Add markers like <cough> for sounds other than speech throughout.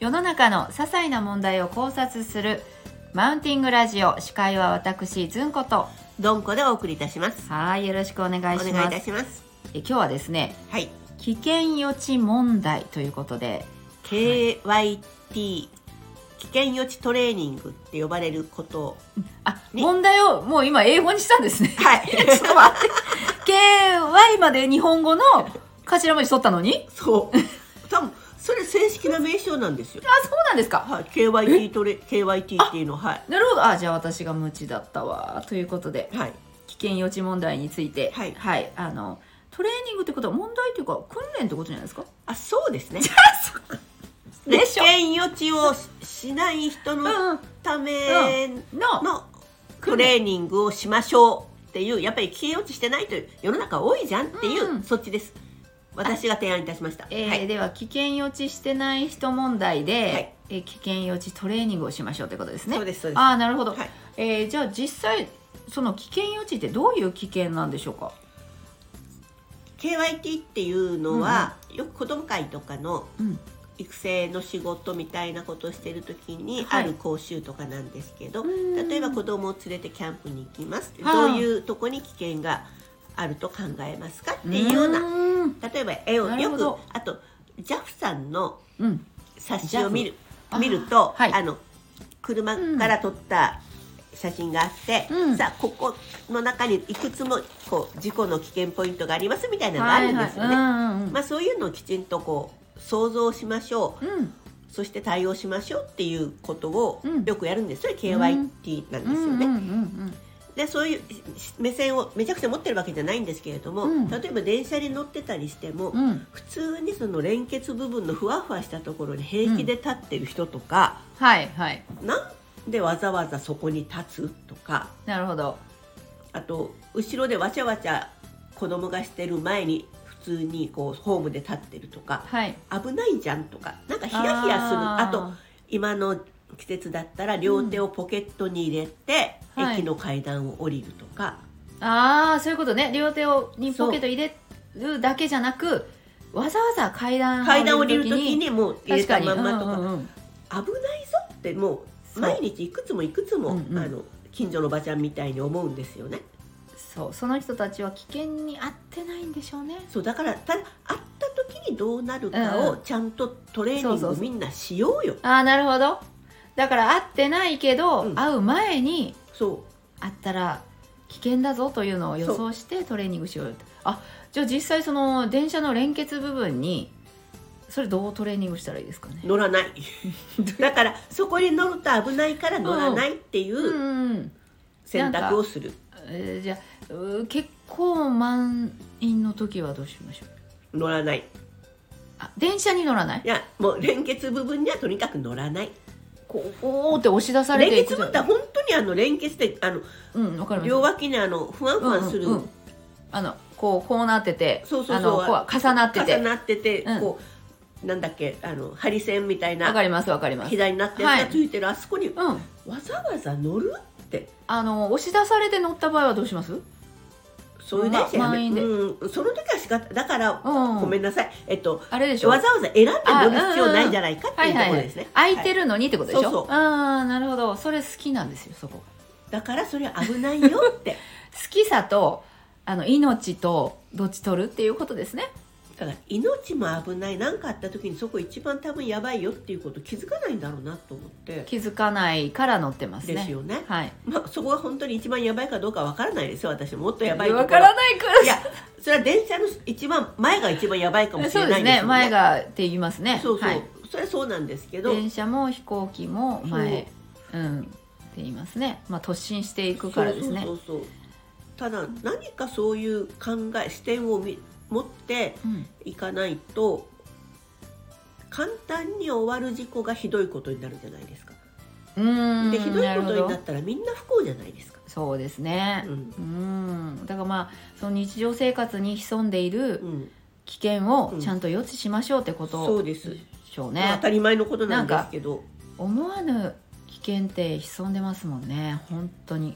世の中の些細な問題を考察するマウンティングラジオ司会は私ずんことどんこでお送りいたします。はいよろしくお願おい願いしいますたします。え今日はですねはい。危険予知問題ということで KYT 危険予知トレーニングって呼ばれること。あね問題をもう今英語にしたんですねは <laughs> い。ちょっと待って KY まで日本語の頭文字取ったのに <laughs> そう。多分それ正式な名称なんですよ。あそうなんですかはい。KYT トレ KYT っていうのはいなるほどあじゃあ私が無知だったわということではい危険予知問題についてはいあのトレーニングってことは問題というか訓練ってことじゃないですかあそうですね。でしょ危険予知をししない人うのんためののトレーニングをしましょうっていうやっぱり危険予知してないという世の中多いじゃんっていう、うんうんそっちです私が提案いたしました、えーはい、では危険予知してない人問題で、はいえー危険予知トレーニングをしましょうってことですねそうですそうですああなるほど、はいえーじゃあ実際その危険予知ってどういう危険なんでしょうか KYT っていうのは、よく子ども会とかのうん育成の仕事みたいなことをしてる時にはあいる講習とかなんですけど、うん例えば子どもを連れてキャンプに行きます、はあどういうとこに危険があると考えますかっていうようなうん例えば絵をなるよほくどあと JAF さんのうん冊子を見るあー見るとあ、はいの車から撮った写真があって、うんさあここの中にいくつもこう事故の危険ポイントがありますみたいなのがあはるいんはでいすうよね。んうんまあ、そういうのをきちんとこう想像しましょううんそして対応しましょうっていうことをうんよくやるんですそれうん KYT なんですようね。んうんうんでそういうし目線をめちゃくちゃ持ってるわけじゃないんですけれども、うん例えば電車に乗ってたりしても、うんうん普通にその連結部分のふわふわしたところに平気で立ってる人とか、はいはいなんでわざわざそこに立つとかなるほどあと後ろでわちゃわちゃ子供がしてる前に普通にこうホームで立ってるとかはい危ないじゃんとかなんかヒヤヒヤするあと今の季節だったら両手をポケットに入れて、うんはい駅の階段を降りるとか、ああーそういうことね両手をにポケット入れるだけじゃなくわざわざ階段階段を降りるとき時にもう入れ確かたにまんまとか、うんうんうん危ないぞってもうそう毎日いくつもいくつも、うんうんあの近所のおばちゃんみたいに思うんですよね。そうその人たちは危険に遭ってないんでしょうねそうだからただ会った時にどうなるかをうんちゃんとトレーニそうそうングそうみんなしようよ。ああなるほどだから会ってないけど、うん会う前にそ会ったら危険だぞというのを予想してトレーニングしようよあじゃあ実際その電車の連結部分にそれどうトレーニングしたらいいですかねう乗 <laughs> らないだからそこに乗ると危ないから乗らないっていうんううん選択をする。えーじゃあうー結構満員の時はどうしましょう乗らないあ電車に乗らないいやもう連結部分にはとにかく乗らないこうおーって押し出され連てい結く部分って本当にあの連結であのうんわかります両脇にあのふわんふわんする、うんうんうんあのこうこうなっててそうそうそうあのこう重なってて重なってて、うんこうなんだっけあの針線みたいわなかりますわかります左になってるやつがついてる、あそこにうんわざわざ乗るってあの押し出されて乗った場合はどうしますそういう電車やま満め、員でうん、その時は仕方だから、うんごめんなさいえっとあれでしょわざわざ選んで乗る必要ないんじゃないかっていうところですね、空いてる、るのにってことでしょ、そうそうああなるほどそれ好きなんですよそこ好だからそれは危ないよってきさとあの命とどっち取るっていうことですねだから命も危ない何かあった時にそこ一番多分やばいよっていうこと気づかないんだろうなと思って気づかないから乗ってますねですよねはいまあそこが本当に一番やばいかどうかわからないですよ私ももっとやばいところわからないからいやそれは電車の一番前が一番やばいかもしそうれでなすいんですねよね前がって言いますねそうそう、はい、それはそうなんですけど電車も飛行機も前うんって言いますねまあ突進していくからですねそうそうそうそうただ何かそういう考え視点をみ持ってうんいかないと簡単に終わる事故がひどいことになるじゃないですか。うーんでひどいなこるほとになどったらみんな不幸じゃないですか。そうですねうんうんだからまあその日常生活に潜んでいうるん危険をうんちゃんと予知しましょうってことそうです、しょうまあね当たり前のことなんですけど、思わぬ危険って潜んでますもんね本当に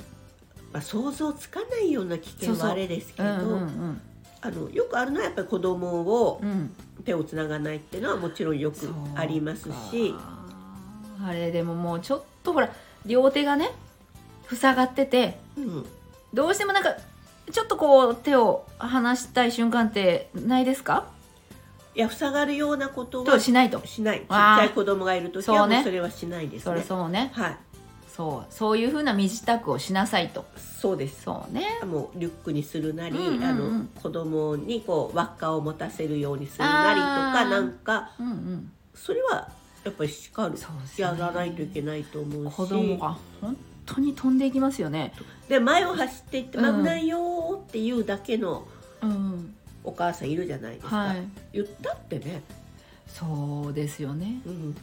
まあ、想像つかないような危険そうそうはあれですけうんどうんあのよくあるのはやっぱり子供をうんうん手をつながないっていうのはもちろんよくありますしそうかあれでももうちょっとほら両手がね塞がっててうん、どうしてもなんかちょっとこう手を離したい瞬間ってないですかいや塞がるようなこととはしないとしないちっちあーゃい子供がいるときはそうねもうそれはしないですそねれそうねはいそうそういうふうな身支度をしなさいとそうですそうねもうリュックにするなり、うんうんうんあの子供にこう輪っかを持たせるようにするなりとあーかなんかうんうんそれはやっぱり叱るそうですねやらないといけないと思うし子供が本当に飛んでいきますよねで前を走っていって「う危んないよ」って言うだけのうんお母さんいるじゃないですか、はい言ったってね、そうですよねうん、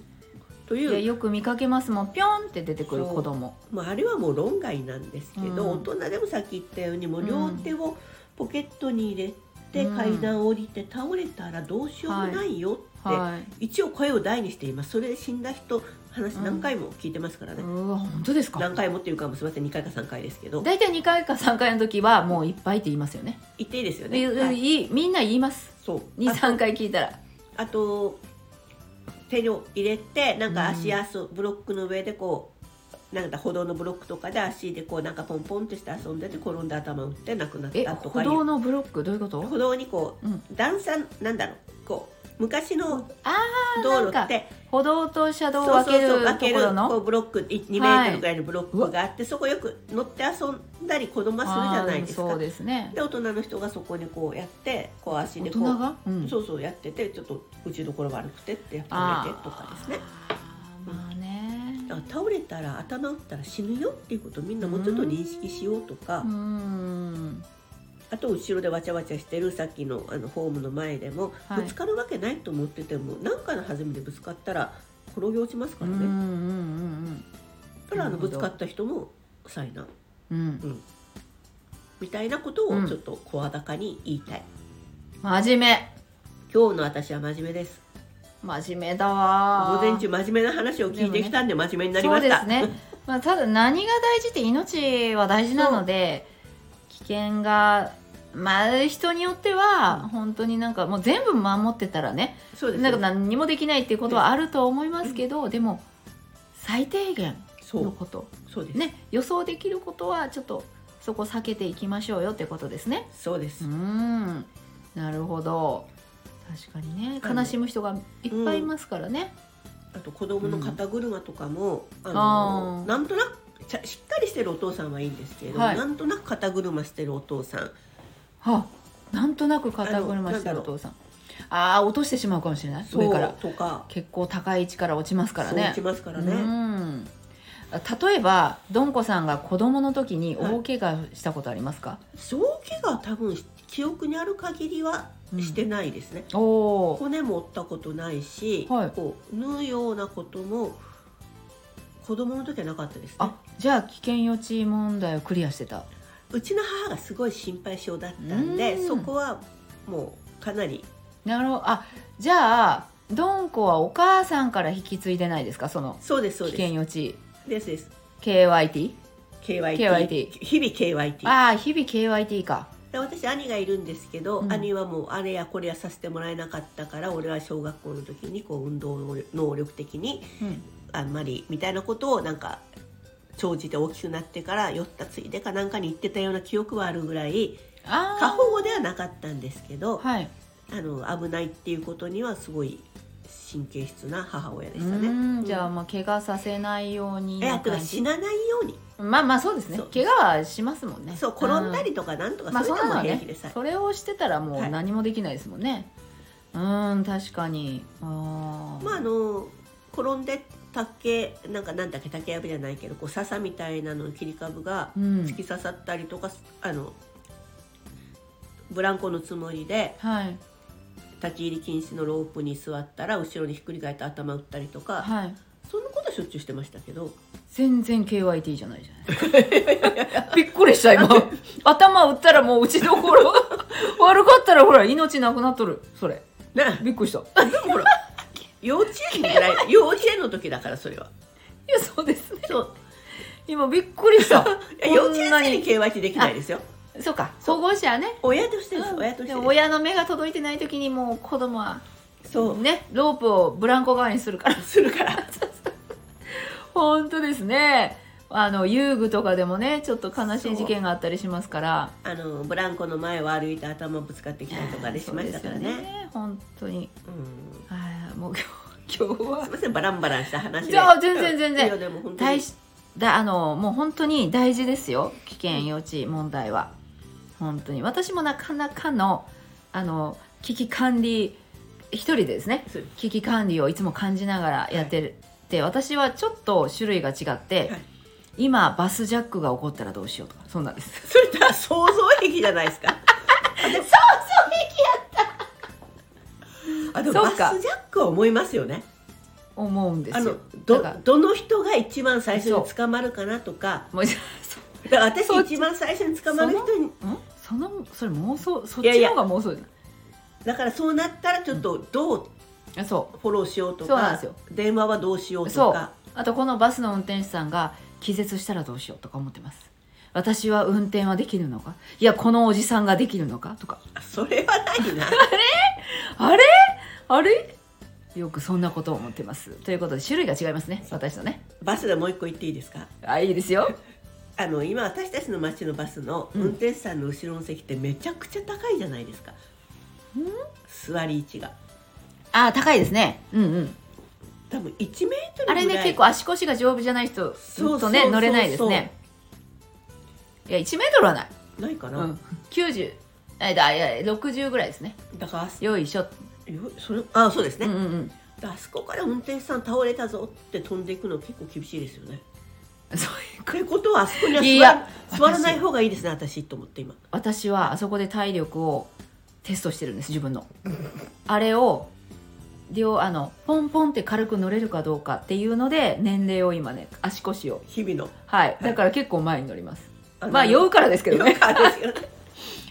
といやいうよく見かけますもんピョンって出てくる子供まあ、あれはもう論外なんですけど、うん大人でもさっき言ったようにもううん両手をポケットに入れて、うん階段を降りて倒れたらどうしようもないよって、はい一応声を大にしていますそれで死んだ人話何回も聞いてますからね、うわ本当ですか何回もっていうかもうすみません2回か3回ですけど大体2回か3回の時はもういっぱいって言いますよね言っていいですよね、ではいいいみんな言いますそうあと23回聞いたらあと手を入れてなんか足やそブロックの上でこうなんだ歩道のブロックとかで足でこうなんかポンポンってして遊んでて転んで頭打って亡くなっえたとか歩い道うのブロックどういうこと歩道にこう、うん段差なんだろうこう昔のあー道路なっんかて歩道と車道をそ分うそけうそうる分とけこるろこのうブロックい2メはいートルぐらいのブロックがあって、そこよく乗って遊んだり子供はするじゃないですあーかそうですねで大人の人がそこにこうやってこう足大で人こうが、うん、そうそうやっててちょっと打ちどころ悪くてってやっぱあ止ーめてとかですねまあねだから倒れたら頭打ったら死ぬよっていうことをみんなもうちょっと認識しようとか、うーんあと後ろでわちゃわちゃしてるさっきのあのホームの前でも、はいぶつかるわけないと思ってても何かの弾みでぶつかったら転げ落ちますかうんらうんうね、んただあのなるほぶどつかった人も災難うんうんみたいなことをちょっと声高に言いたい、真面目今日の私は真面目です真面目だわ午ー前中真面目な話を聞いてきたんで真面目になりました、そうですね、 <laughs> まあ、ただ何が大事って命は大事なので危険がまあ人によっては本当になんかもう全部守ってたらねそうですなんよか何にもできないっていうことはあるとは思いますけどでも最低限そのうこと、そうです、ね、予想できることはちょっとそこ避けていきましょうよってことですね。そうでうす、んなるほど確かにねあの悲しむ人がいっぱいいますからね。あと子供の肩車とかも、ああのーなんとなくちゃしっかりしてるお父さんはいいんですけれども、はいなんとなく肩車してるお父さんはあ、なんとなく肩車してあるのお父さんああ落としてしまうかもしれないそう上からとか結構高い位置から落ちますからそう打ねちますからうね、ん例えばどんこさんが子供の時にはい大怪我したことありますか、そう怪我は多分記憶にある限りはしてないですね、おお骨も折ったことないし、はいこう縫うようなことも子供の時はなかったですねあじゃあ危険予知問題をクリアしてたうちの母がすごい心配性だったんでうんそこはもうかなりなるほどあじゃあどんこはお母さんから引き継いでないですかそのそうですそ危うで険す予知ですです KYT KYT KYT 日々 KYT ああ日々 KYT かで私兄がいるんですけど、うん兄はもうあれやこれやさせてもらえなかったから俺は小学校の時にこう運動能力能力的にうんあんまりみたいなことをなんか長じて大きくなってから酔ったついでかなんかに言ってたような記憶はあるぐらいあ過あ保護ではなかったんですけどはいあの危ないっていうことにはすごい神経質な母親でしたね。うんじゃあうんまあ怪我させないようにえあとは感じ死なないようにまあまあそうですねそう怪我はしますもんねそう転んだりとかなんとうかんまあそそれうでなのもは平ね気でさ、それをしてたらもはうい何もできないですもんね、うん確かにあーまああの転んで竹なんかなんだっけ竹やぶじゃないけどこう笹みたいなのの切り株がうん突き刺さったりとか、あのブランコのつもりではい立ち入り禁止のロープに座ったら後ろにひっくり返って頭打ったりとか、はいそんなことはしょっちゅうしてましたけど全然 KYT じゃないじゃない <laughs> びっくりした今頭打ったらもう打ちどこ <laughs> ろ悪かったらほら命なくなっとるそれねびっくりしたいでもほら幼稚園ぐら <laughs> い幼稚園の時だからそれはやそうですねそう今びっくりしたいや幼稚園生に KYT できないですよ <laughs> そうか保護者ね親としてです、うん親としでてですも親の目が届いてない時にもう子供はそうねロープをブランコ側にするから <laughs> するから本当ですねあの遊具とかでもねちょっと悲しい事件があったりしますからあのブランコの前を歩いて頭ぶつかってきたりとかでしましたからねそうですよ本当にうんあーもう今日今日はすみませんバランバランした話でじゃあ全然全然いやでも本当に大しだあのもう本当に大事ですよ危険予知問題は本当に私もなかなかのあの危機管理一人でですねそう危機管理をいつも感じながらやってるで私はちょっと種類が違って、はい今バスジャックが起こったらどうしようとかそうなんですそれだ想像力じゃないですかあでもそバうかスジャックは思いますよね思うんであすのよどだからどの人が一番最初に捕まるかなとかもう <laughs> じゃあそだから私そっち一番最初に捕まる人にんそのそれ妄想そっいやいちのや方が妄想じゃないだからそうなったらちょっとどうあそうフォローしようとそうなんでかすよ電話はどうしようとかあとこのバスの運転手さんが気絶したらどうしようとか思ってます私は運転はできるのかいやこのおじさんができるのかとかあそれはないなあれあれよくそんなことを思ってますということで種類が違いますね私とねバスでもう一個言っていいですかあいいですよあの今私たちの町のバスの運転手さんの後ろの席ってめちゃくちゃ高いじゃないですか、座り位置が <laughs> あ高いですねうんうん多分1メートルぐらあいれね結構足腰が丈夫じゃない人そうとねそう乗れないですねいや1メートルはない、ないかうな、ん、90えだいや60ぐらいですねだからよいしょ、よそれあそうですうね、んうんうんであそこから運転手さん倒れたぞって飛んでいくの結構厳しいですよねそういうということはあそこにはい座やら座らない方がいいですね私と思って今私はあそこで体力をテストしてるんです自分のあれを両あのポンポンって軽く乗れるかどうかっていうので年齢を今ね足腰を日 <laughs> 々のはいだから結構前に乗りますあのまあ酔うからですけどよねくあるんですけどね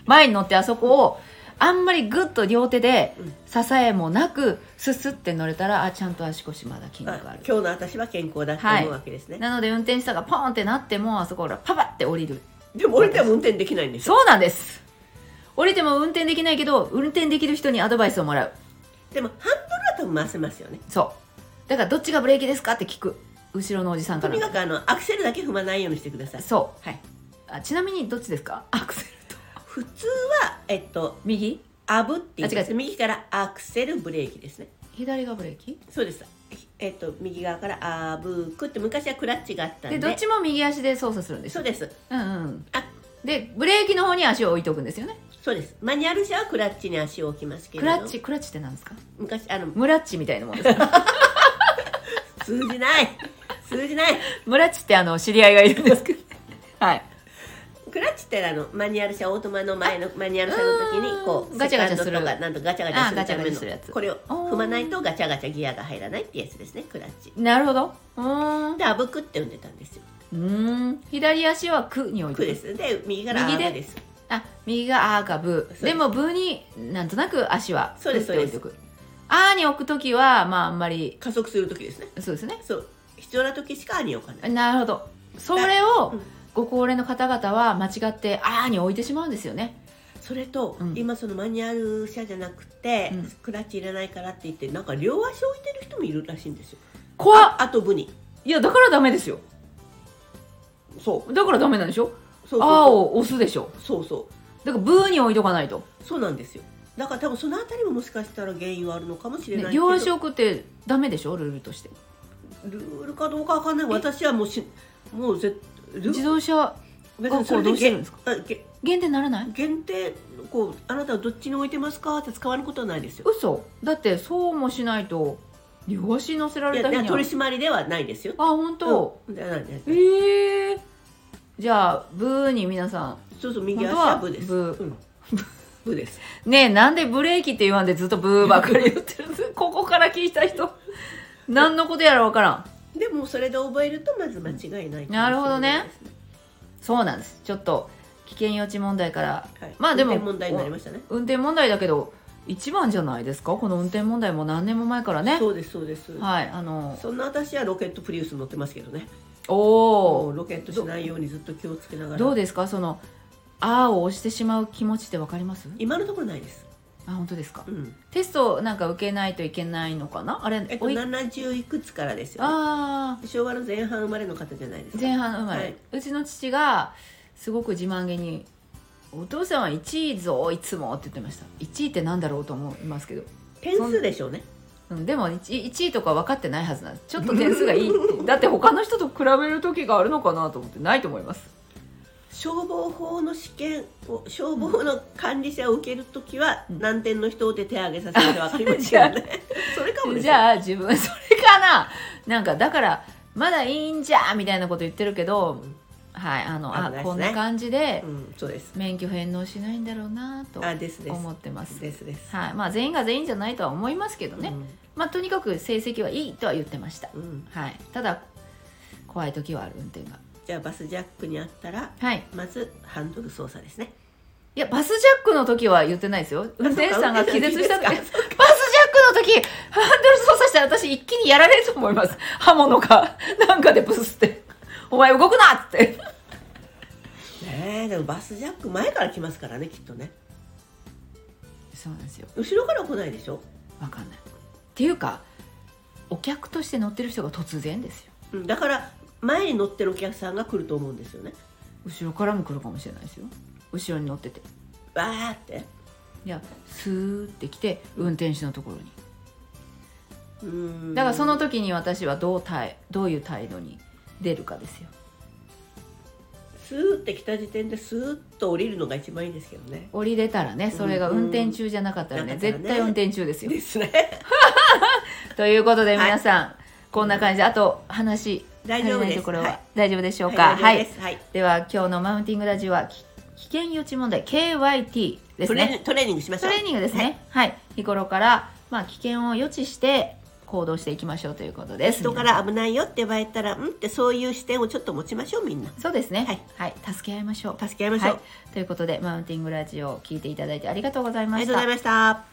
前に乗ってあそこをあんまりグッと両手でうん支えもなくススって乗れたらあちゃんと足腰まだ筋肉あある今日の私は健康だってはい思うわけですね、なので運転手さんがポンってなってもあそこからパパって降りるでも降りても運転できないんですよそうなんです降りても運転できないけど運転できる人にアドバイスをもらうでもハンドルは多分回せますよねそうだからどっちがブレーキですかって聞く後ろのおじさんかとらにかくあのアクセルだけ踏まないようにしてくださいそはい、うあちなみにどっちですかアクセルと普通はえっと右アブって言うんであす違う右からアクセルブレーキですね左がブレーキそうですえっと右側からアブークって昔はクラッチがあったんででどっちも右足で操作するんですそうですうんうんあでブレーキの方に足を置いておくんですよねそうですマニュアル車はクラッチに足を置きますけクれどラッチクラッチって何ですか昔あのムラッチみたいなもんですか通じない通じない <laughs> ムラッチってあの知り合いがいるんですけどはいクラッチってあのマニュアル車オートマの前のマニュアル車の時にこうーんうガチャガチャするセカンドとかなんとガチャガチャするあーガチャガチャためのするやつこれをおー踏まないとガチャガチャギアが入らないってやつですねクラッチなるほどうーんでアブクって呼んでたんですようーん左足は「く」に置いクておでくすで右からア右でブですあ右が「あ」か「ぶ」すでも「ぶ」になんとなく足はそうです打っておいておく「あ」に置くときはまああんまり加速する時ですねそうですねそう必要な時しか兄を置かないなるほどそれをうんご高齢の方々は間違って「あ」に置いてしまうんですよねそれと、うん今そのマニュアル車じゃなくて、うんクラッチいらないからって言ってなんか両足置いてる人もいるらしいんですよ怖っあとブニいやだからダメですよそだからダメなんでしょうそうそ「うあ」を押すでしょそうそだから「ぶ」に置いとかないと、うそうなんですよだから多分そのあたりももしかしたら原因はあるのかもしれないけねど、両足置くってダメでしょルールとしてルールかどうかわかんない私はもうしもうぜル自動車別にそれ学校どうしてるんですかあげ限定にならない限定こうあなたはどっちに置いてますかって使われることはないですよ嘘だってそうもしないと両足乗せらいれやたい日やには取り締まりではないですよあ本当、うんじゃないですええじゃあブーに皆さそうそう右足はブです本当はブうん、ブですんねえなんでブレーキって言わんでずっとブーばっかり言ってるんです <laughs> ここから聞いた人何のことやらわからんでもそれで覚えるとまず間違いないかもしれいです、なるほどねそうなんですちょっと危険予知問題からはい、まあでも運転問題になりましたね運転問題だけど一番じゃないですかこの運転問題も何年も前からねそうですそうです、はいあのそんな私はロケットプリウス乗ってますけどねおもおうロケットしないようにずっと気をつけながらどうですかその「あ」を押してしまう気持ちってわかります今のところないですああ本当ですかうん、テストなんか受けないといけないのかなあれ、えっとおい70いくつからですよ、ね、ああ昭和の前半生まれの方じゃないですか前半生まれ、はいうちの父がすごく自慢げに「お父さんは1位ぞいつも」って言ってました1位ってなんだろうと思いますけど、点数でしょうねうん、でも 1, 位とか分かってないはずなんですちょっと点数がいい <laughs> だって他の人と比べる時があるのかなと思ってないと思います消防法の試験を消防の管理者を受けるときは、うん何点の人で手挙げさせて分かります <laughs> よね <laughs> それかもですじゃあ自分それかななんかだからまだいいんじゃみたいなこと言ってるけどはいあのあ危ないですねこんな感じでうんそうです免許返納しないんだろうなとあですです思ってますですですはいまあ、全員が全員じゃないとは思いますけどね、まあ、とにかく成績はいいとは言ってました、うんうんはい、ただ怖い時はある運転がじゃあバスジャックにあったらはいまずハンドル操作ですねいやバスジャックの時は言ってないですよ運転手さんが気絶した時バあスジャッそうクのか時ハンドル操作したら私一気にやられると思います刃物かなんかでブスって「お前動くな!」っつってねえでもバスジャック前から来ますからねきっとねそうなんですよ後ろから来ないでしょ、わかんないっていうかお客として乗ってる人が突然ですようん、だから前に乗ってるお客さんが来ると思うんですよね後ろからも来るかもしれないですよ後ろに乗っててわーっていやスーって来て運転手のところにうんだからその時に私はどう態どういう態度に出るかですよスーって来た時点でスーッと降りるのが一番いいですけどね降りれたらねそれが運転中じゃなかったらね、うん絶対運転中ですよ。ですねということで皆さん、こんな感じであと話大丈夫足りなでいすところは、はい大丈夫でしょうかはい、大丈夫ですはいでは今日のマウンティングラジオはき危険予知問題 KYT ですトレーニンねグトレーニングしましトょうレーニングですねはい、日頃から、まあ、危険を予知して行動していきましょうということです人から危ないよって言われたらうんってそういう視点をちょっと持ちましょうみんなそうですね。ははいい、助け合いましょう。助け合いましょうはいということで、マウンティングラジオを聞いていただいてありがとうございあまりしがとうごたざい。ました